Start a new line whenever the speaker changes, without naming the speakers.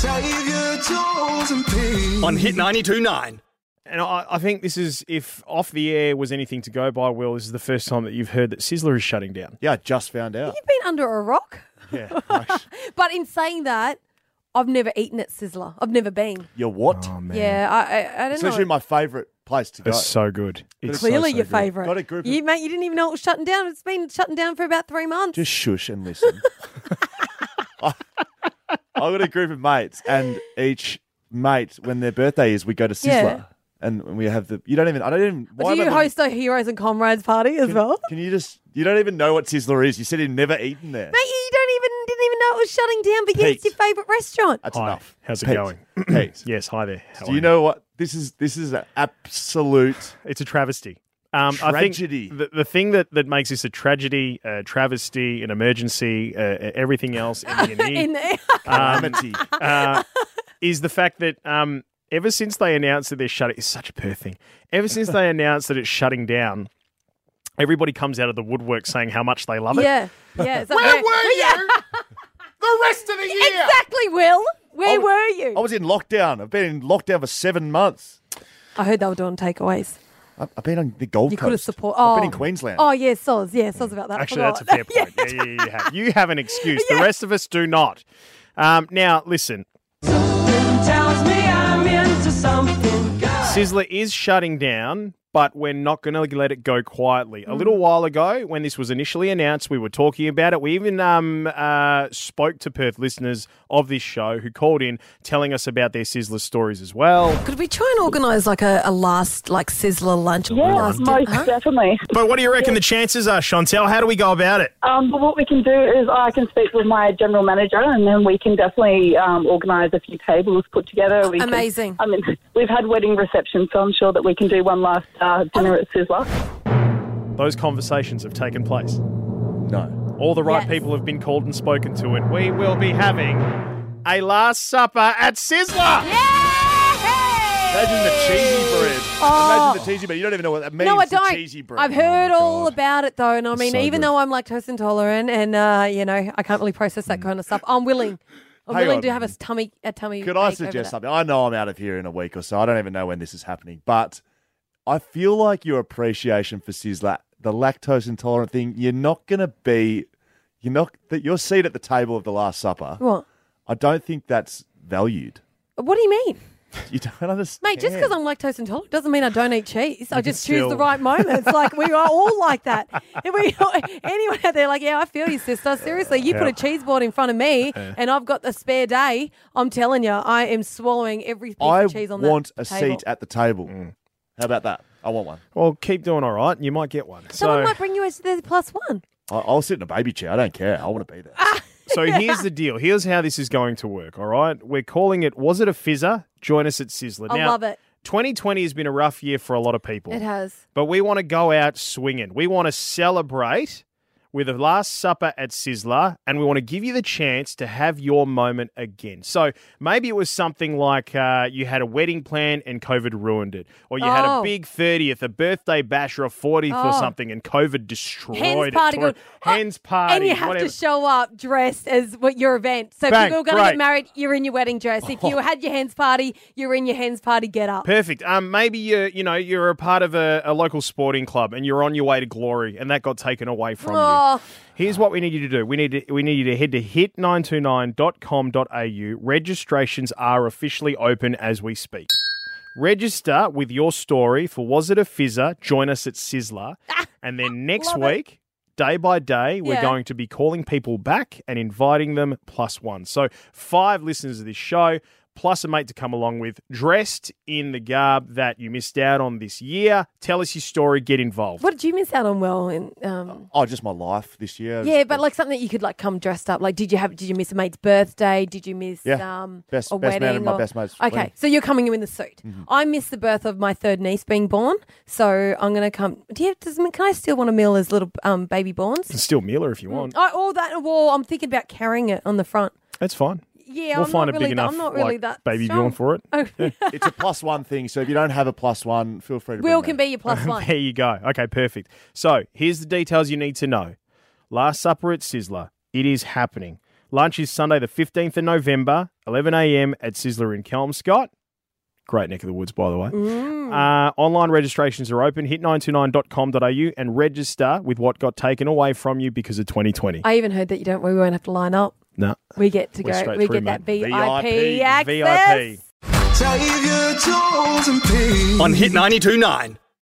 Savior joys and pain.
on Hit 92.9.
And I, I think this is, if off the air was anything to go by, Will, this is the first time that you've heard that Sizzler is shutting down.
Yeah, I just found out.
You've been under a rock.
Yeah. right.
But in saying that, I've never eaten at Sizzler. I've never been.
You're what?
Oh, man.
Yeah, I, I, I don't
it's
know.
literally my favourite place to go.
It's so good. It's so,
Clearly
so
your
good.
favourite.
Got a group of-
You, mate, you didn't even know it was shutting down. It's been shutting down for about three months.
Just shush and listen. I, have got a group of mates, and each mate, when their birthday is, we go to Sizzler.
Yeah.
And we have the. You don't even. I don't even.
Do you
don't we-
host a Heroes and Comrades party as well?
Can you just? You don't even know what Sizzler is. You said you've never eaten there.
Mate, you don't even didn't even know it was shutting down, but yet it's your
Peaked.
favourite restaurant.
That's
Hi,
enough.
how's it
Pete,
going?
Pete,
Yes, hi there. How
do
are
you know what this is? This is an absolute.
It's a travesty. Um, I think
Tragedy.
the, the thing that, that makes this a tragedy, a travesty, an emergency, uh, uh, everything else in the E,
In there.
Um,
calamity.
uh, is the fact that um, ever since they announced that they're shutting, it's such a Perth thing. Ever since they announced that it's shutting down, everybody comes out of the woodwork saying how much they love it.
yeah, yeah. Where were you?
the rest of the year.
Exactly, Will. Where
I was-
were you?
I was in lockdown. I've been in lockdown for seven months.
I heard they were doing takeaways.
I- I've been on the Gold
You
Coast.
could have supported.
I've
Oh.
been in Queensland. Mm.
Oh yeah, soz. Yeah, soz about that. I
Actually, that's a fair
forgot.
point. yeah. Yeah, yeah, you, have. you have an excuse. The rest of us do not. Um, now, listen,
tells me I'm into something good.
Sizzler is shutting down, but we're not going to let it go quietly. A little while ago, when this was initially announced, we were talking about it. We even um, uh, spoke to Perth listeners of this show who called in telling us about their Sizzler stories as well.
Could we try and organise like a, a last like sizzler lunch?
Yeah, most
Uh-huh.
definitely.
But what do you reckon the chances are, Chantel? How do we go about it?
Um, but what we can do is I can speak with my general manager, and then we can definitely um, organise a few tables put together. We can-
Amazing.
I mean, we've had wedding receptions, so I'm sure that we can do one last uh, dinner at Sizzler.
Those conversations have taken place.
no.
All the right
Yes.
people have been called and spoken to, and we will be having a Last Supper at Sizzler.
Imagine the cheesy bread.
Oh.
Imagine the cheesy bread. You don't even know what that means.
No, I
the
don't.
cheesy bread.
I've heard
Oh my
all
God.
about it though, and I mean,
so
even
good.
though I'm lactose intolerant and uh, you know I can't really process that kind of stuff, I'm willing. I'm
Hang
willing
on.
to have a tummy a tummy.
Could I
ache over
suggest
that.
something? I know I'm out of here in a week or so. I don't even know when this is happening, but I feel like your appreciation for Sizzler, the lactose intolerant thing, you're not going to be, you're not that your seat at the table of the Last Supper.
What?
I don't think that's valued.
What do you mean,
You don't understand,
mate? Just because I'm lactose intolerant doesn't mean I don't eat cheese. I just choose
still-
the right moments. like we are all like that. If we anyone out there, like, yeah, I feel you, sister. Seriously, you put a cheese board in front of me, and I've got the spare day. I'm telling you, I am swallowing every piece
I
of cheese on that
want a
table.
seat at the table. How about that? I want one.
Well, keep doing all right, and you might get one.
Someone
so,
might bring you as the plus one.
I- I'll sit in a baby chair. I don't care. I want to be there.
so here's the deal. Here's how this is going to work. All right, we're calling it. Was it a fizzer? Join us at Sizzler.
I love it.
2020 has been a rough year for a lot of people.
It has.
But we want to go out swinging. We want to celebrate with a Last Supper at Sizzler, and we want to give you the chance to have your moment again. So maybe it was something like uh, you had a wedding plan and COVID ruined it, or you had a
Oh.
big 30th, a birthday bash, or a 40th or
Oh.
something, and COVID destroyed
Hands
it.
party
Tore-
good. Oh,
Hands party.
And you have
whatever.
to show up dressed as what your event. So
Bang,
if you were going to
great. Oh.
get married, you're in your wedding dress. If you had your hands party, you're in your hands party get up.
Perfect. Um, maybe you you know you're a part of a, a local sporting club and you're on your way to glory, and that got taken away from you.
Oh,
Here's what we need you to do. We need to, we need you to head to hit929.com.au. Registrations are officially open as we speak. Register with your story for Was It a Fizzer? Join us at Sizzler. And then next
Ah. Love it.
week, day by day, we're
Yeah.
going to be calling people back and inviting them plus one. So, five listeners of this show, plus a mate to come along with, dressed in the garb that you missed out on this year. Tell us your story, get involved.
what did you miss out on, Will? And um,
oh, just my life this
Oh,
year.
yeah, but like something that you could like come dressed up. Like, did you have? Did you miss a mate's birthday? Did you miss
Yeah.
um
Best-
a
best man
wedding?
and my
or-
best mate's
Okay,
wedding.
so you're coming in the suit.
Mm-hmm.
I missed the birth of my third niece being born, so I'm going to come. Do you? Does, can I still want a meal as little um, baby
You
borns?
can Still Mueller if you want.
Oh, all that. Well, I'm thinking about carrying it on the front.
That's fine.
Yeah,
we'll
I'm
find
not
a big
really that-
enough
I'm not really
like,
that
baby
strong.
born for it.
Oh,
It's a plus one thing. So if you don't have a plus one, feel free to.
Will
bring
can
that.
be your plus one.
There you go. Okay, perfect. So here's the details you need to know. Last Supper at Sizzler. It is happening. Lunch is Sunday, the 15th of November, 11 a.m. at Sizzler in Kelmscott. Great neck of the woods, by the way.
Mm.
Uh, online registrations are open. Hit929.com.au and register with what got taken away from you because of 2020.
I even heard that you don't. We won't have to line up.
no.
We get to
We're
go.
straight
We
through,
get that
mate.
VIP,
VIP.
access.
VIP.
Save your joys and pain.
on Hit 92.9.